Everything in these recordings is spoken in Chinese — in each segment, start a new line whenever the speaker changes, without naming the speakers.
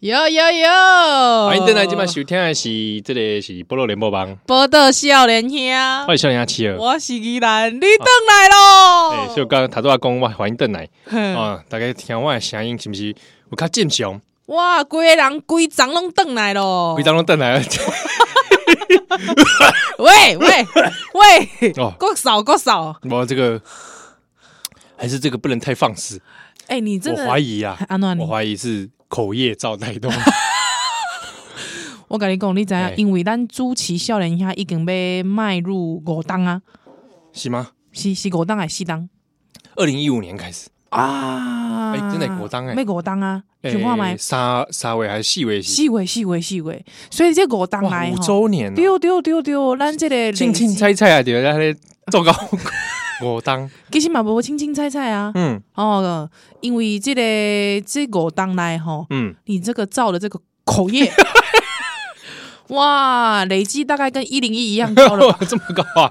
有有有！
欢迎登来，今晚收听的是这里是菠萝联播帮，
报道少年兄，
欢迎笑脸阿七儿。
我是依兰，你登来喽！
哎，所以我刚刚他都要讲，我欢迎登来
哼
啊！大家听我的声音是不是有较正常？
哇，规个人规张拢登来咯！
规张拢登来，
喂 喂喂，
哦
够少够少！
我这个还是这个不能太放肆。
哎、你真
我
的，
怀疑啊
安怎，呢
我怀疑是口业造带 动。
我跟你讲，你知
哎
影，因为咱主持少年兄已经要迈入五档啊，
是吗？
是是五档还是四档
二零一五年开始，
啊？
哎真的五档哎
要五档啊！
哎
想看麦，
三三位还是四位是？
四位四位四位，所以这五档
哇，
来
五
吼，
周年哦，
对对对对，咱这个
轻轻
累积
猜猜啊，对，在那做高 我当，
其实嘛无清清菜菜啊，
嗯
哦，因为这个这五当来吼，
嗯，
你这个造的这个口 业，哇，累积大概跟一零一一样 高了吧？
这么高 啊，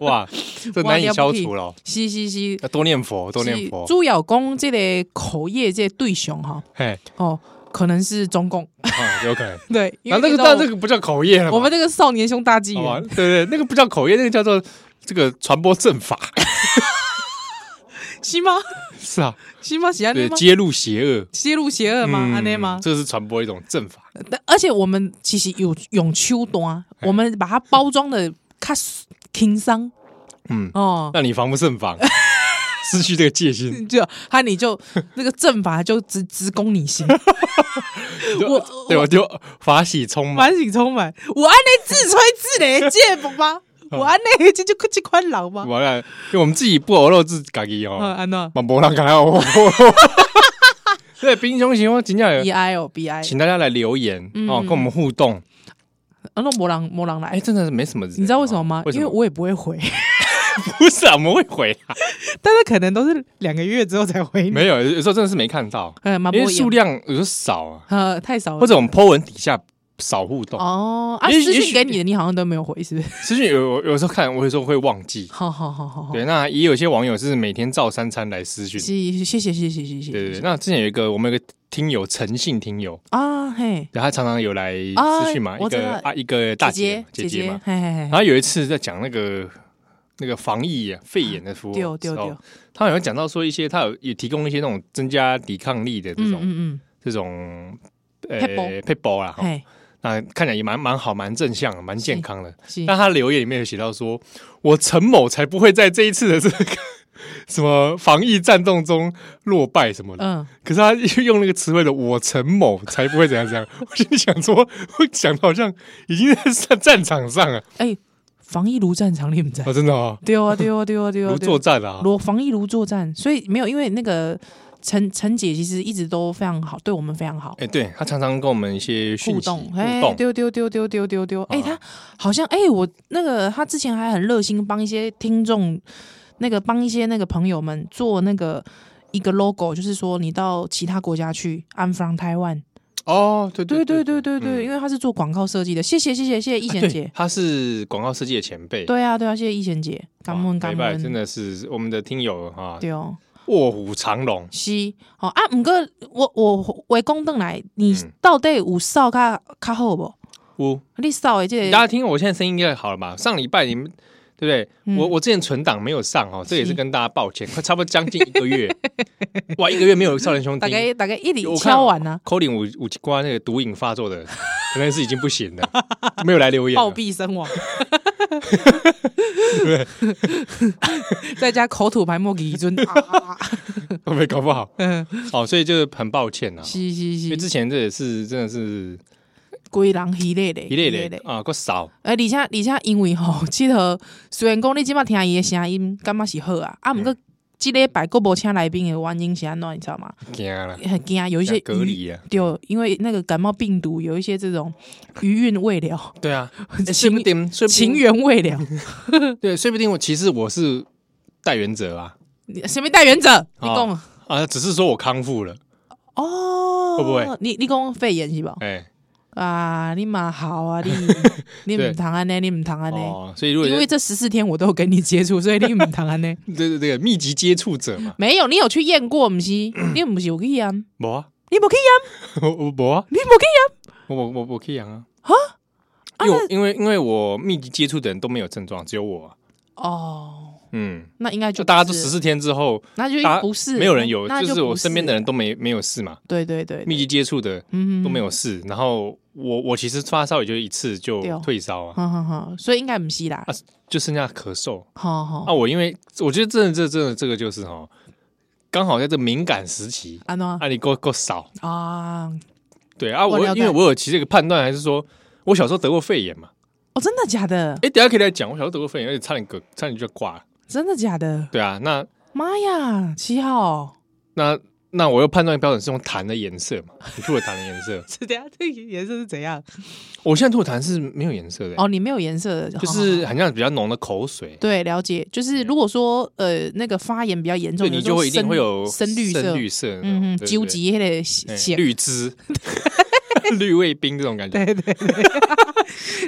哇，这
哇
难以
了
消
不起
除了哦，
是是是，
要多念佛，多念
是
佛，
主要讲这个口业这个对象哈，
嘿，
哦，可能是中共
啊，有可能。
对，因
那
为
那个
你知道
那这个不叫口业了吗，
我们这个少年兄大纪
好吧？
元，
对对，那个不叫口业，那个叫做这个传播 正法，
是吗？
是啊，
是吗？喜欢
对，
吗？
揭露邪恶
揭露邪恶吗？
嗯
安内吗？
这是传播一种正法，
但而且我们其实有用秋端，我们把它包装的较轻松
嗯，
哦，
让你防不 胜防，失去这个戒心。
就他你就那个阵法就直 直攻你心，
就
我
对我就法喜 充满，
反省充满。我安内自吹自 擂，见不吗？我安内这就这款人吗？
完了，因为我们自己不偶肉自家己
嗯，
哦，
安诺
嘛无人敢 来哦。 对，兵凶行凶，真正
B
有，
I 哦 B I，
请大家来留言
嗯
哦，跟我们互动。
安诺没人没人
哎，
来，
真的是没什么人哦，
你知道为什么吗？因为
我
我也不会回，
不是啊，我们会回啊，
但是可能都是两个月之后才回 你。
没有，有时候真的是没看到，啊
呃，蛮不
因为
会
数
演
量有时候少啊，
呃太少了，
或者我们 po 文底下少互动，
哦啊
也
私
也
信
许
给你的，你好像都没有回，是不 是？
其实有有有时候看，我有时候会忘记。
好好好好好，
对，那也有些网友是每天照三餐来私讯。
哦是谢谢谢谢谢谢谢
对对对，
谢
那之前有一个我们有一个听友诚信听友，
啊嘿，
然后他常常有来
啊
私讯嘛，一
我知道
个啊一个大姐
姐
姐嘛
姐，，嘿嘿
然
嘿，
后有一次在讲那个那个防疫啊肺炎的服务，
丢丢丢，，
他好像讲到说一些他有有提供一些那种增加抵抗力的这
嗯
种
嗯
这种
配包
配包啦
嗯，，嘿
那看起来也蛮蛮好，蛮正向的，蛮健康的。
是。
但他留言里面有写到说，我陈某才不会在这一次的这个 什么防疫战斗中落败什么的。
嗯，
可是他用那个词汇的“我陈某才不会怎样怎样”，我就想说， 我想到好像已经在战战场上了
哎、防疫如战场，你们在
啊、？真的哦，
对啊，对啊，对啊，对啊，
如作战啊，
如防疫如作战，所以没有，因为那个陈陈姐其实一直都非常好，对我们非常好。
哎、对他常常跟我们一些讯息
互动，
互
哎
动，
丢丢丢丢丢丢丢，哎，
啊
他好像哎、我那个他之前还很热心帮一些听众，那个帮一些那个朋友们做那个一个 logo，就是说你到其他国家去，I'm from Taiwan，
哦，对
对对
对
对
嗯
对对，因为他是做广告设计的，谢谢谢谢谢谢易
啊
贤
对
姐，
他是广告设计的前辈，
对啊对啊，谢谢易贤姐，感
哇
恩感
拜拜
恩，
真的是我们的听友啊，
对哦。
卧虎藏龙，
是，哦啊，毋过我我回讲倒来，你
嗯
到底有扫较较好无？
呜。
你扫的
大
这
家
个，
听我现在声音应该好了吧？上礼拜你们对不对？
嗯
我我之前存档没有上哦，这也是
是
跟大家 抱歉，快差不多将近一个月，哇，一个月没有少年兄
大
弟。
概大概一里
我看
敲完啊，
扣零五五瓜那个毒瘾发作的，可能是已经不行 了，没有来留言
暴
了。
毙 身亡， 在家口吐白沫给 尊啊，
会不会搞不好？
嗯
哦，所以就是很抱歉啊。
是是
因为之
是，
前这也是真的是
规人系列的，
一类类啊，够少
哎，而且而且因为吼，即个虽然讲你即摆听伊的声音，感觉是好啊，
嗯
啊，毋过即礼拜佫无请来宾的原因是安怎，你知道吗？
惊了，
很惊，有一些
要隔
余
离啊。
对，因为那个感冒病毒有一些这种余韵未了、
对啊， 哎
情
说不定，说不
情
定，
缘未了，
对，说不定我其实我是代言者啊
你什么代言者？你
哦
讲
啊，只是说我康复了，
哦，
会不会？
你你讲肺炎是吧？
哎，
啊，你嘛好 啊，你你
对
唔谈安呢，你唔谈安呢，
哦，所以如果
因为这十四天我都有跟你接触，所以你唔谈安 呢。
这这个密集接触者嘛，
没有，你有去验过唔是？你唔是有去啊？
无啊，
你你不可以养，
我我我啊，
你不可以
我我我我可以养啊。
啊
因为我因为因为我密集接触的人都没有症状，只有我、啊。
养。哦，
嗯，
那应该
就
就
大家都
不是
十四天之后，
那就
大家
不是
没有人有，
那
就是我
不
身边的
了
人都没没有事嘛，
对对对，
密集接触的
嗯
都没，有事。然后我我其实发烧也就一次就
对哦
退烧啊，
哈哈哈，所以应该不是啦
啊，就剩下咳嗽
好好
啊。我因为我觉得真的这真的这个就是哦，刚好在这敏感时期，
安诺
啊，你够够少。
啊，
对啊，
我
我
了解
因为我有其实一个判断，还是说我小时候得过肺炎嘛。
哦，真的假的？
哎，等一下可以来讲，我小时候得过肺炎，而且差点个差点就挂了。
真的假的？
对啊，那
妈呀，七号。
那那我又判断标准是用痰的颜色嘛，你吐的痰的颜色
是 等下这个颜色是怎样？
我现在吐的痰是没有颜色的、欸
哦，你没有颜色的，
就
好
是
好好
很像比较浓的口水，
对，了解。就是如果说呃那个发炎比较严重，
对你就会一定会有
深绿色
深，绿色的那种，
嗯嗯，
对
纠，结那个
对对
血
哎绿汁、 绿卫兵这种感觉，
对对对，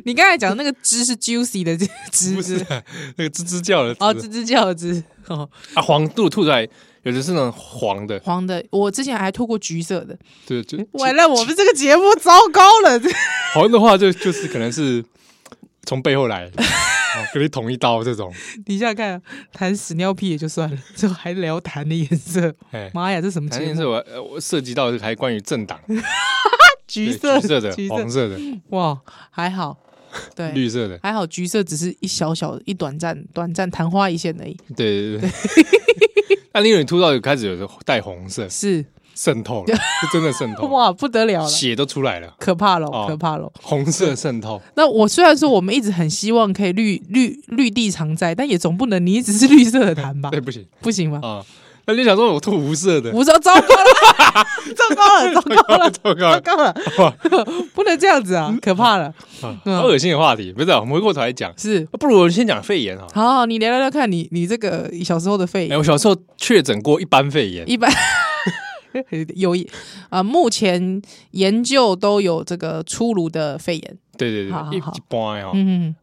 你刚才讲的那个汁是 juicy 的 汁
不
汁
是
汁
啊那个吱吱叫的
哦，
汁
吱吱叫的汁哦，
啊，黄肚吐出来，有的是那种黄的，
黄的。我之前还吐过橘色的，
对，就
完了，我们这个节目糟糕 了。这
黄的话就就是可能是从背 后来，哦给你捅一刀这种，
你想想看，啊谈屎尿屁也就算了， 这还聊谈的颜色，
哎，
妈呀，这什么
谈
节
天
目？
是我呃我涉及到还关于政党，
橘色，
对橘色的、
橘
黄
色，
色的、
哇，还 好，对，
绿色的，
还好，橘色只是一小小一短暂、短暂昙花一现而已。
对对对。 那因为你吐到有开始有时候带红色，
是
渗透 了，是真的渗透了，
哇，不得了了，
血都出来了，
可怕了，
哦
可怕了。
红色渗透。
那我虽然说我们一直很希望可以绿绿绿地常在，但也总不能你一直是绿色的谈吧
对，？哎不起
不行吧？
啊，那你想说我吐无色的，
我说糟糕了， 糟糕了，糟糕了，
糟糕
糟，糕了，不能这样子啊，可怕了。
啊
嗯
好
哦
恶心的话题，不是啊？我们回过头来讲，
是，
不如我先讲肺炎啊。
好，你聊聊看你你这个小时候的肺
哎，
炎，
我小时候确诊过一般肺炎，
一般 有一啊、目前研究都有这个出炉的肺炎，
对对
好好
对，一
好
一般哦。
嗯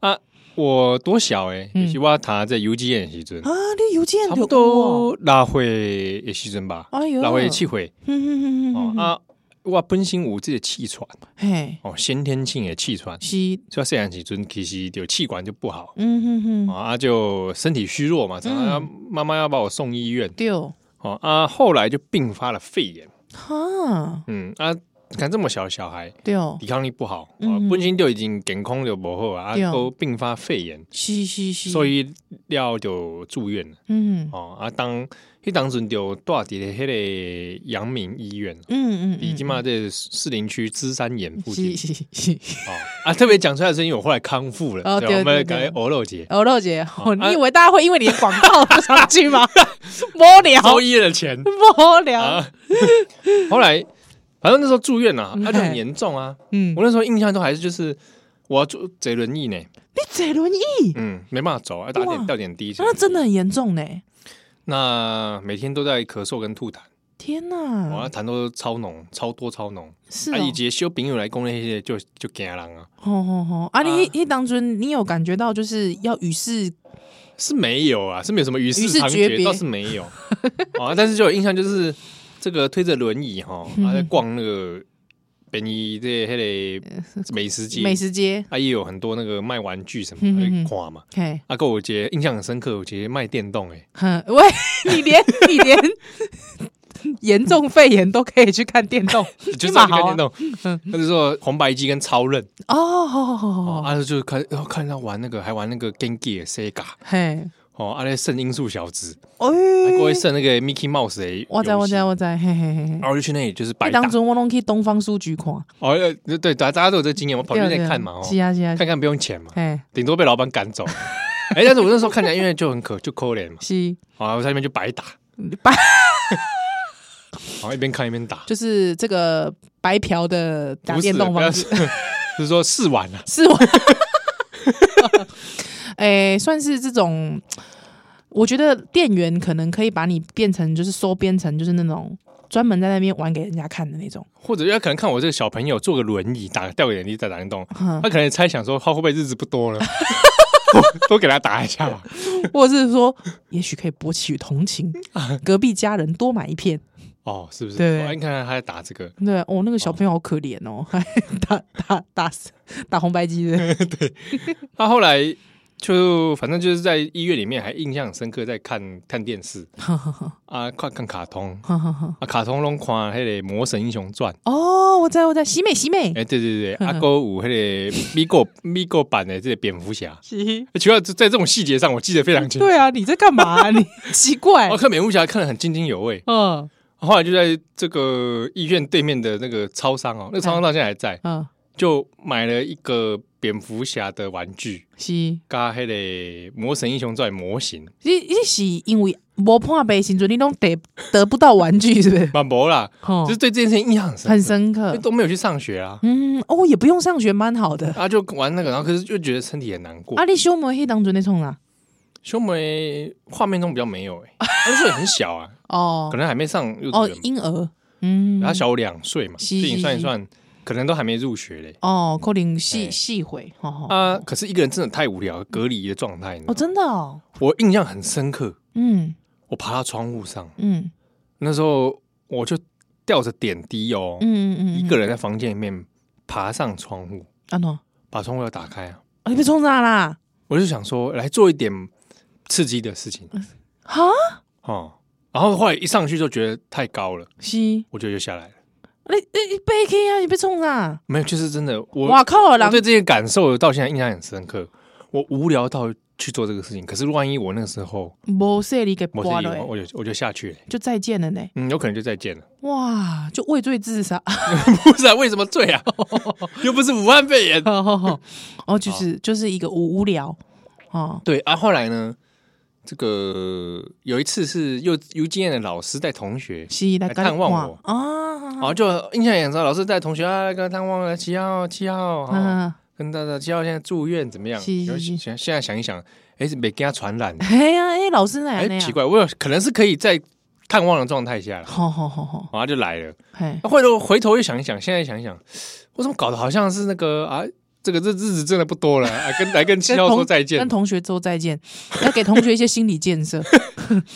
我多小哎，
嗯
尤其我读在游击院的时阵
啊，，你邮件
差不多六岁的时阵吧，
哎呦，
六岁七岁
嗯嗯
哦
嗯嗯，
啊。我本身有自己的气喘
嘿，
哦，先天性的气喘，
是，
所以细汉时阵其实就气管就不好，
嗯哼哼，
哦啊，就身体虚弱嘛，常常要
嗯
妈妈要把我送医院。
对，哈，
哦啊，后来就并发了肺炎。嗯啊，你看这么小的小孩，
对，
抵抗力不好，啊、
哦嗯
本身就已经健康就不好啊，啊
对哦
都并发肺炎，
是是是，
所，以要就住院了。
嗯
哦啊，当迄当时就住伫咧迄个阳明医院，
嗯嗯，
已经嘛在士林区芝山岩附近
是。是是，
哦啊，特别讲出来是因为我后来康复了，
哦
对吧
对
我们
对
感
对
觉欧肉姐
哦，肉姐，哦，
啊
你以为大家会因为你的广告不上去 吗？无聊，
收医院的钱。
无聊，
啊， 后来反正那时候住院啊，
嗯
他、就很严重啊。
嗯，
我那时候印象都还是就是我要坐贼轮椅呢，
你这轮椅，
嗯，没办法走，要打
哇啊
点吊点滴。
那真的，很严重呢，
那每天都在咳嗽跟吐痰，
天
我那
哪，
痰都超浓，超多超浓。
嗯是
啊，
哦
以及小朋友来攻那些就就惊人啊，
吼吼吼！啊，你
啊
你当中你有感觉到就是要与世
是没有啊，是没有什么与
与
世
世
长
诀别
倒是没有 啊，但是就有印象就是这个推着轮椅哈，
嗯
他、在逛那个便宜这黑个美食街，
呃美食街，
啊，也有很多那个卖玩具什么
嗯
的
嗯嗯
会看嘛。
嘿，
啊，够我姐印象很深刻，我姐卖电动诶、
哼， 喂，你连你连严重肺炎都可以去看电动
就是
蛮
看
好啊
电动， 那就说红白机跟超任，
哦，好好好好好，
哦，啊就看然后看他玩那个，还玩那个 Game Gear Sega，
嘿，
哦，啊那圣音速小子，还各位
哎，
圣那个 Mickey Mouse 诶，
我知我知，我知，嘿嘿嘿嘿
然。后我就去那里就是哦白
你
打
当，中我拢去东方书局看，
哦，呃对，大家大家都有这经验，我跑去那里看嘛，
是
哦，
啊是啊，
看看不用钱嘛，
嘿，
顶多被老板赶 走。哎，但是我那时候看起来，因为就很可就抠脸嘛，
是
啊，我在那边就白打，
白，
然后一边看一边打，
就是这个白嫖的打
不是
电动
不要
方
是
式，
就是说试玩啊，
是我， 哎、算是这种。我觉得店员可能可以把你变成，就是收编成，就是那种专门在那边玩给人家看的那种。
或者要可能看我这个小朋友坐个轮椅打掉个眼力再打电动，
哼
他可能也猜想说他会不会日子不多了，多给他打一下吧。
或者是说，也许可以博取同情，隔壁家人多买一片，
哦，是不是？
对
哦你看看他在打这个，
对哦，那个小朋友好可怜哦， 还打打打打红白机 的，
他后来就反正就是在医院里面还印象很深刻，在看看电视啊，看看卡通啊，卡通拢看迄个《魔神英雄传》。
哦，我在我在，喜美喜美
哎、，对对对，阿哥有迄个美国美国版的这个蝙蝠侠，
喜，
除了在这种细节上，我记得非常清楚。哦
对啊，你在干嘛啊、 你奇怪
我、，看蝙蝠侠看得很津津有味，
嗯
后来就在这个医院对面的那个超商哦，那个超商到现在还在，
嗯，
就买了一个蝙蝠侠的玩具，
是。
加迄个《魔神英雄传》模型，
你你是因为无破杯时阵，你拢得得不到玩具，是不是？
嘛无啦，
哦
就，是对这件事情印象很深，
很深
因
刻
为。都没有去上学啊，
嗯，哦，也不用上学，蛮好的。
啊就玩那个，然后可是就觉得身体很难过
啊，。你小妹迄当阵在创啥？
兄妹画面中比较没有 哎、欸，那时候也很小啊，
哦
可能还没上幼
哦
稚园，吧，
婴儿，嗯，
然后小我两岁嘛，所
是
以你
是
算一
是
算，可能都还没入学嘞。
哦，可能
哎
细细回，哦哦
啊！可是一个人真的太无聊，隔离的状态。你知
哦，
道吗
真的哦，
我印象很深刻，
嗯
我爬到窗户上，
嗯
那时候我就吊着点滴哦
嗯，嗯嗯，
一个人在房间里面爬上窗户，
安诺，
把窗户要打开啊，
啊你被冲啥啦？
我就想说来做一点刺激的事情
嗯哈，
哦。然后后来一上去就觉得太高了，
是，你
我就就下来了。
你你被 K 啊，你被冲啥？
没有，就是真的，我
哇靠，
我
人
对这些感受到现在印象很深刻。我无聊到去做这个事情，可是万一我那时候
无说你给
我
拔
是
了，
我就我就下去了，
就再见了呢。
嗯，有可能就再见了。
哇，就畏罪自 杀。
不是啊，为什么醉啊？ 又不是武汉肺炎。
哦，哦，就是就是一个无无聊哦，
对啊，后来呢，这个有一次是幼幼稚园的老师带同学，
是来
来
跟你
探望
看
我
啊，
然后就印象很深，老师带同学啊，来跟他探望了七号七号，哦
嗯，
跟大家七号现在住院怎么样？
是是
有
是？
想现在想一想，哎，是没给他传染
哎呀，哎，老师哪
哎
样那，样？
奇，怪，我有可能是可以在探望的状态下了，
好好好好，
然后就来了。
嘿，
啊回头回头又想一想，现在想一想，我怎么搞得好像是那个啊，这个这日子真的不多了，啊、跟来跟七
跟
号说
同
再见
跟。同学说再见，要给同学一些心理建设，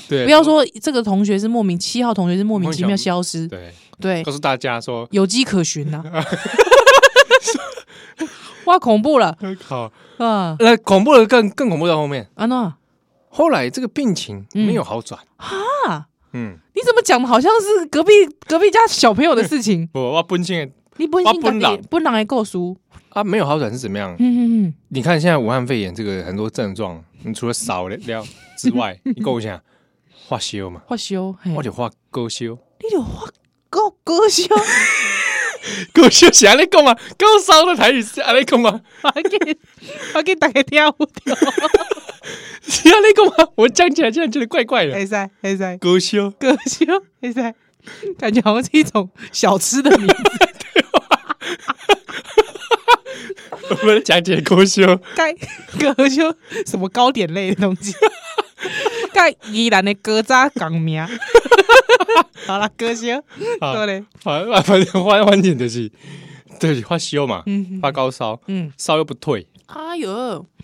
对，
不要说这个同学是莫名七号同学是莫名其妙消失，
对，
对
告，诉大家 说，
有迹可循呐、哇，恐怖了
好，
啊！
那呃恐怖的更更恐怖在后面。
安诺，
后来这个病情
嗯
没有好转
啊，
嗯，
你怎么讲的好像是隔壁隔壁家小朋友的事情？
我我啊本性
你本
我
身
本人
自己本人来告诉，
啊没有好转是怎么样？
嗯嗯
你看现在武汉肺炎这个很多症状，你除了少了了之 外，你够一下化修嘛，
嗯，发烧，嘿
或者化高修，
你就发高高烧，
高修是安尼讲吗？高烧的台语是安尼讲吗？
我给我给大家听有听，
是安尼讲吗？我讲起来竟然觉得怪怪的。
会使会使，
高修，
高烧会使，感觉好像是一种小吃的名字，
我们讲解高修，
该高烧什么糕点类的东西，该宜兰的哥渣港名。好了，高烧，
好
对嘞，
啊反反正反反正就是，对，化修嘛，
嗯
发高烧，
嗯，
烧又不退
哎呦，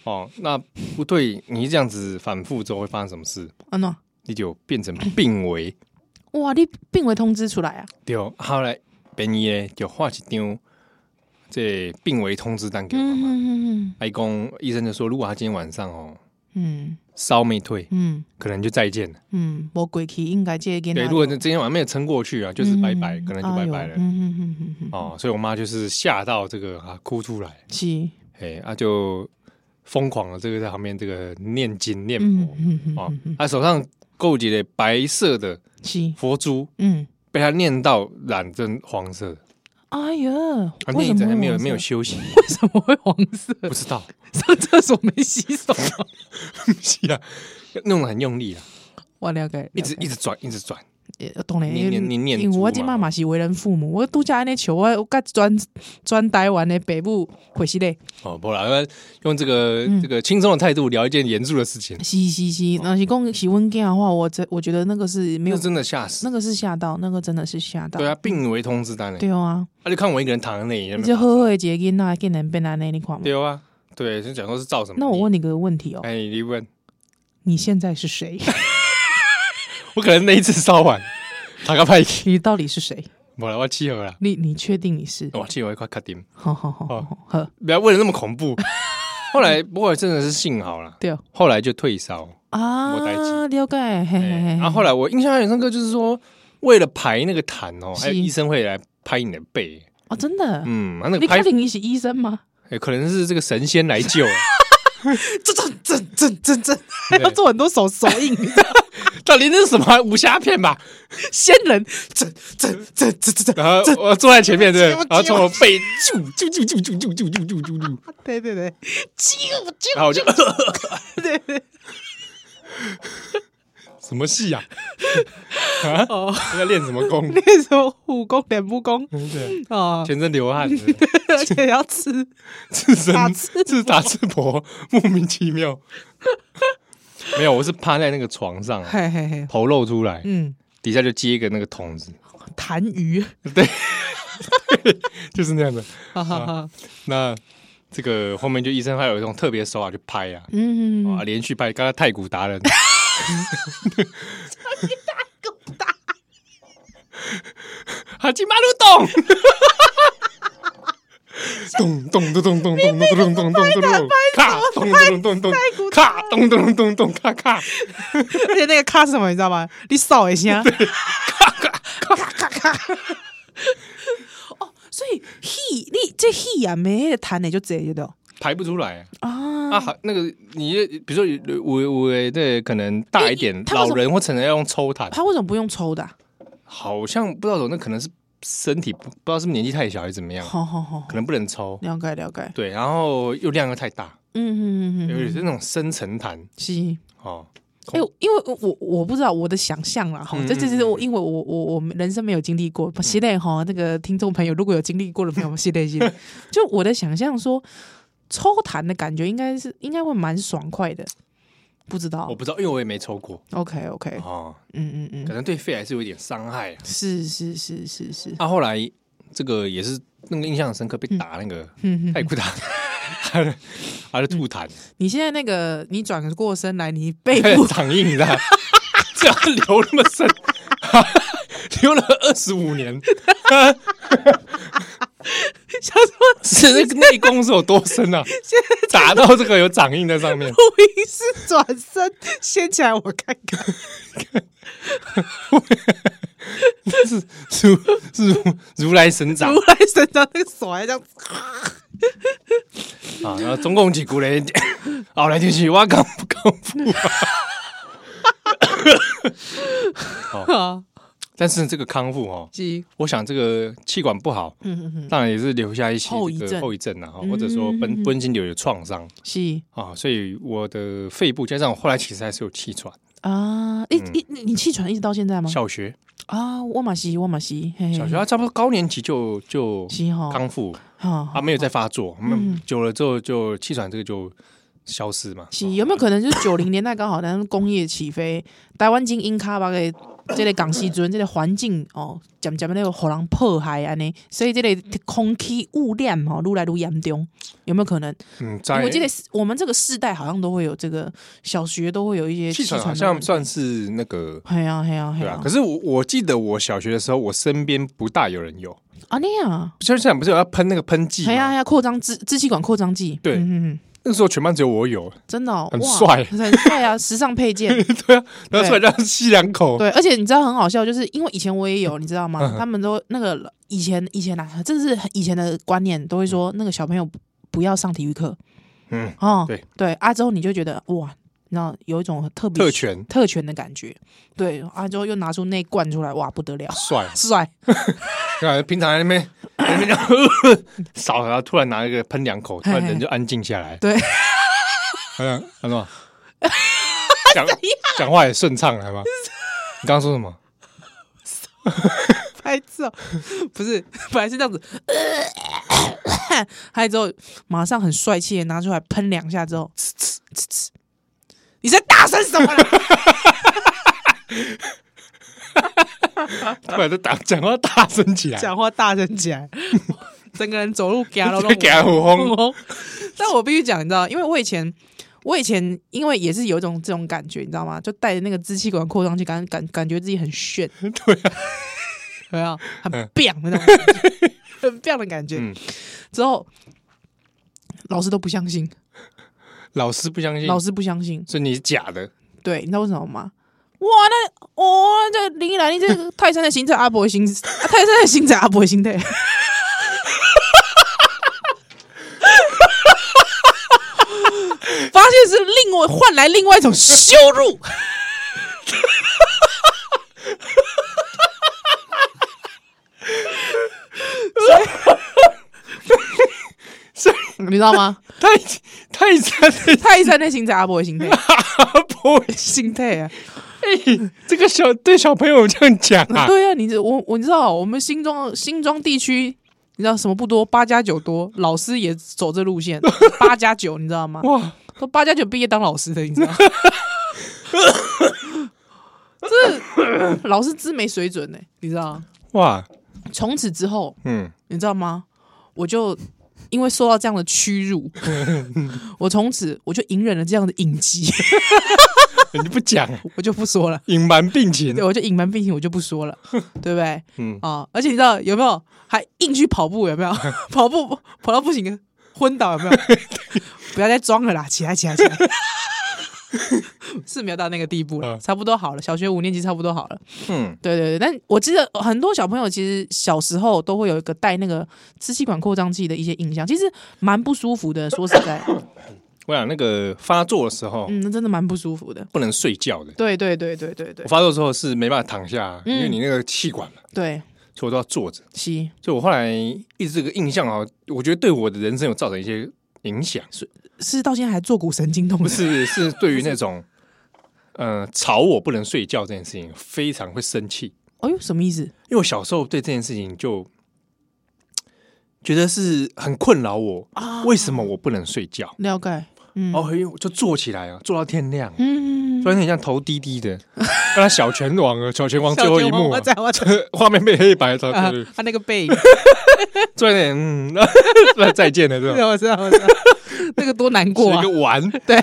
哦，那不对，你这样子反复之后会发生什么事？
安诺，
你就变成病危。
哇，你病危通知出来啊？
对，后来便宜咧就画一张这病危通知单给我妈妈。
嗯嗯
阿公医生就说，如果他今天晚上哦
嗯
烧没退，
嗯
可能就再见了。
嗯，我鬼去应该这个
对，如果今天晚上没有撑过去啊，就是拜拜，可能就拜拜了。
嗯嗯嗯嗯，
哦，所以我妈就是吓到这个啊，哭出来，
是。
哎，啊就疯狂的这个在旁边这个念经念
嗯
佛
嗯嗯
哦
嗯，嗯，
她手上勾结的白色的
是，
佛珠，
嗯，
被她念到染成黄色，
哎呀，
啊，
为什
念一
么
整
会
天没有
黄色
没有休息，
为什么会黄色？
不知道，
上厕所没洗手吗？
是啊，弄得很用力啊，
我了解，
一直一
直
直转一直转，
懂嘞。
念念念念
呃因为我
珠啊
今
嘛
妈嘛是为人父母，我度假安尼求我，我甲专专台湾的北部回是嘞，
哦，不然用这个
嗯
这个轻松的态度聊一件严肃的事情，
是是是，那是讲是温健的话，我这我觉得那个是没
那
有，
真的吓死
那。个是吓到，那个真的是吓到。
对啊，病危通知单嘞，
对啊，
他就看我一个人躺在那里，在那
你
边
这
发
呵呵的结囡仔，竟然变安尼，你看嘛。
对啊，对，就讲说是造什么？
那我问你个问题哦
你，，哎，你问，
你现在是谁？
我可能那一次烧完，他个派去，
你到底是谁？
无啦，我气候啦，
你你确定你是？
我气候会快卡点，
好好好好好，呵
不要为了那么 恐怖。后来不过真的是幸好啦，
对哦
后来就退烧。
啊，
没代志
了解，嘿嘿
哎
嘿。
然后后来我印象很深刻，就是说为了排那个痰哦，
是
还有医生会来拍你的背，
哦，真的，
嗯，他那个
你
拍
确定你是医生吗？
哎可能是这个神仙来救，啊
这这这这这这，还要
对
做很多手手印，
到底那是什么武侠片吧？
仙人，这这这这这这，
然后我坐在前面，对，
这
然后从我背啾啾啾啾啾啾啾啾啾啾 啾，
对对对，啾啾，
然后我就呃
对对对
什么戏 呀？啊，
哦，
这在练什么功？
那时候武功练武功
对，
哦，
全身流汗，
而且要吃，
自身
打赤
自打赤膊，莫名其妙。 没有，我是趴在那个床上，
嘿嘿嘿，
头露出来，
嗯，
底下就接一个那个筒子，
痰盂，
就是那样的。
哈哈哈，
那这个后面就医生还有一种特别手法去拍啊，
嗯，
啊，连续拍，刚刚太古达人，哈基马路 咚，咚咚咚咚咚咚咚咚咚咚咚，咔咚咚咚咚咚，咔咚咚咚咚咔咔
而且那个咔是什么，你知道吗？你扫一下，
咔咔，
咔咔。 哦，所以 he 你这 he 呀，没个痰的就这就到
排不出来
啊
啊！还那个你，比如说我我这可能大一点老人或成人要用抽痰，
他为什么不用抽的啊？
好像不知道怎么，那可能是身体不不知道是不是年纪太小还是怎么样，
好好好
可，能不能抽。
了解了解，
对，然后又量又太大，
嗯嗯嗯
有
嗯，
是那种深层痰
是。
哦。
哎、因为我我不知道我的想象啦，哈、
嗯
这这是我因为我我我人生没有经历过，系列哈，那个听众朋友如果有经历过的朋友，系列系 列，就我的想象说，抽痰的感觉应该是应该会蛮爽快的，不知道
我不知道，因为我也没抽过
OK OK，
哦，
嗯嗯
可
哦嗯，
能对肺还是有一点伤害啊。
是是是是是，
啊，后来这个也是那个印象很深刻，被打那个
嗯嗯，
太古达， 还是吐痰，
你现在那个你转过身来，你背
还
部
躺硬，你知道吗，这样流那么深，流了二十五年，
想说
是那个内功是有多深啊？打到这个有掌印在上面，
录音师转身掀起来，我看看，
是是是如来神掌
如来神掌那个手还这样，
啊！然后总共几股嘞？后来就是我讲不讲不
啊，
但是这个康复哦，
鸡，
我想这个气管不好，
嗯嗯嗯，
当然也是留下一些
后遗
这个
症嗯
后遗症啊，或者说苯苯经瘤有创伤
是。
啊，所以我的肺部加上我后来其实还是有气喘。
啊，一一你你气喘一直到现在吗？
嗯小学
啊，我马西，我马西，嘿嘿
小学啊差不多高年级就就
西哈，
康复
好
啊，
好，
没有再发作，
嗯
嗯，久了之后就气喘这个就消失嘛。
是有没有可能就是九零年代刚好咱工业起飞，台湾经因卡把个这个港西尊这个环境哦，渐渐那个互人破坏安尼，所以这个空气污染吼愈来愈严重，有没有可能？
嗯，在
我记得我们这个世代好像都会有这个小学都会有一些
气喘
喘
好
的
像
问题，
算是那个
嘿啊嘿啊嘿
对啊
啊，
可，是我我记得我小学的时候，我身边不大有人有。
啊那样啊，
像现在不是有要喷那个喷剂
嘿啊
吗？
嘿啊，扩张支支气管扩张剂，
对
嗯嗯嗯。
那个时候全班只有我有，
真的、哦、
很
哇
帅
很帅啊！时尚配 件，
然后出来这样吸两口，
对，而且你知道很好笑，就是因为以前我也有，你知道
嗯
吗？他们都那个以前以前啊，这是以前的观念，都会说那个小朋友不不要上体育课
嗯，
哦，
对
对啊，之后你就觉得哇，你知道有一种特别
特权
特权的感觉，对啊，之后又拿出那一罐出来，哇，不得了，。
帅
帅，
对啊，平常在那边在那边就 少，然后突然拿一个喷两口，突然人就安静下来。
哎对，
好像好 像讲讲话也顺畅 了，好吗？你刚刚说什么？
拍照 不是本来是这样子， 拍之后马上很帅气的拿出来喷两下之后，呲呲呲呲，你在大声什么啦？
突然就打讲话大声起来，
讲话大声起来， 整个人走路嘎了
给他虎
轰
轰。
轰。但我必须讲，你知道，因为我以前我以前因为也是有一种这种感觉，你知道吗？就带着那个支气管扩张器，感感感觉自己很炫，
对啊，
对啊，很
嗯
biang 那种感觉 很 biang 的感觉。
嗯
之后老师都不相信，
老师不相信，
老师不相信，
所以你是假的，
对，你知道为什么吗？哇，那哦，这个林依兰，你这个泰山的行者阿伯的心，啊泰山的行者阿伯的心态。发现是另外换来另外一种羞辱，你知道吗？
太太惨了，
泰山的行者阿伯的心态，
阿 婆，
心态啊！
哎，这个小对小朋友这样讲 啊，
对啊，你这我我知道，我们新庄新庄地区，你知道什么不多，八加九多，老师也走这路线，八加九，你知道吗？
哇，
都八加九毕业当老师的，你知道吗？ 这老师真没水准呢、你知道吗？
哇，
从此之后，
嗯，
你知道吗？我就因为受到这样的屈辱，我从此我就隐忍了这样的隐疾，
你不讲，啊
我就不说了。
隐瞒病情
对，，我就隐瞒病情，我就不说 了，对不对？
嗯，
啊、而且你知道有没有还硬去跑步有 没有？跑步跑到不行，昏倒有 没有？不要再装了啦，起来起来起 来！是没有到那个地步了，
嗯
差不多好了，小学五年级差不多好了。
嗯，
对对对，但我记得很多小朋友其实小时候都会有一个带那个支气管扩张器的一些印象，其实蛮不舒服的。说实在，
我想那个发作的时候
嗯，那真的蛮不舒服的。
不能睡觉的，
对对对对对对
我发作的时候是没办法躺下，啊
嗯
因为你那个气管嘛，
对，
所以我都要坐着，
吸
所以我后来一直这个印象啊，我觉得对我的人生有造成一些影响，
是到现在还坐骨神经痛
不，是是对于那种。呃，吵我不能睡觉这件事情非常会生气，
哎呦，什么意思？
因为我小时候对这件事情就觉得是很困扰我
啊
为什么我不能睡觉？
了解，嗯，
哦，因为我就坐起来啊，坐到天亮，
嗯，
坐到天亮头低 低的，跟他小拳王啊，小拳王最后一幕
我
啊，
在我在
画面被黑白的，
啊
对，
他那个背影，
坐在那里嗯， 那再见了，对吧？
对，我知道，我知道，那个多难
嗯是
过
一
啊，
个玩，
对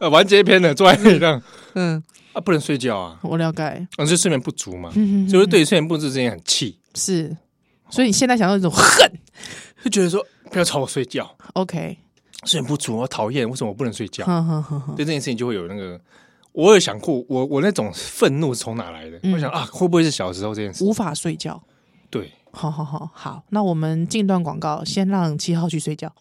呃，完结篇了，坐在那里这样
嗯，
啊，不能睡觉啊，
我了解，
啊，就睡眠不足嘛，
嗯，
所以对睡眠不足这件很气，
是，所以你现在想到一种 恨
就觉得说不要吵我睡觉，
，OK，
睡眠不足，我讨厌，为什么我不能睡觉？
哼哼哼哼，
对这件事情就会有那个，我有想过，我我那种愤怒是从哪来的？
嗯
我想啊，会不会是小时候这件事？
无法睡觉，
对，
好好好好，那我们进段广告，先让七号去睡觉，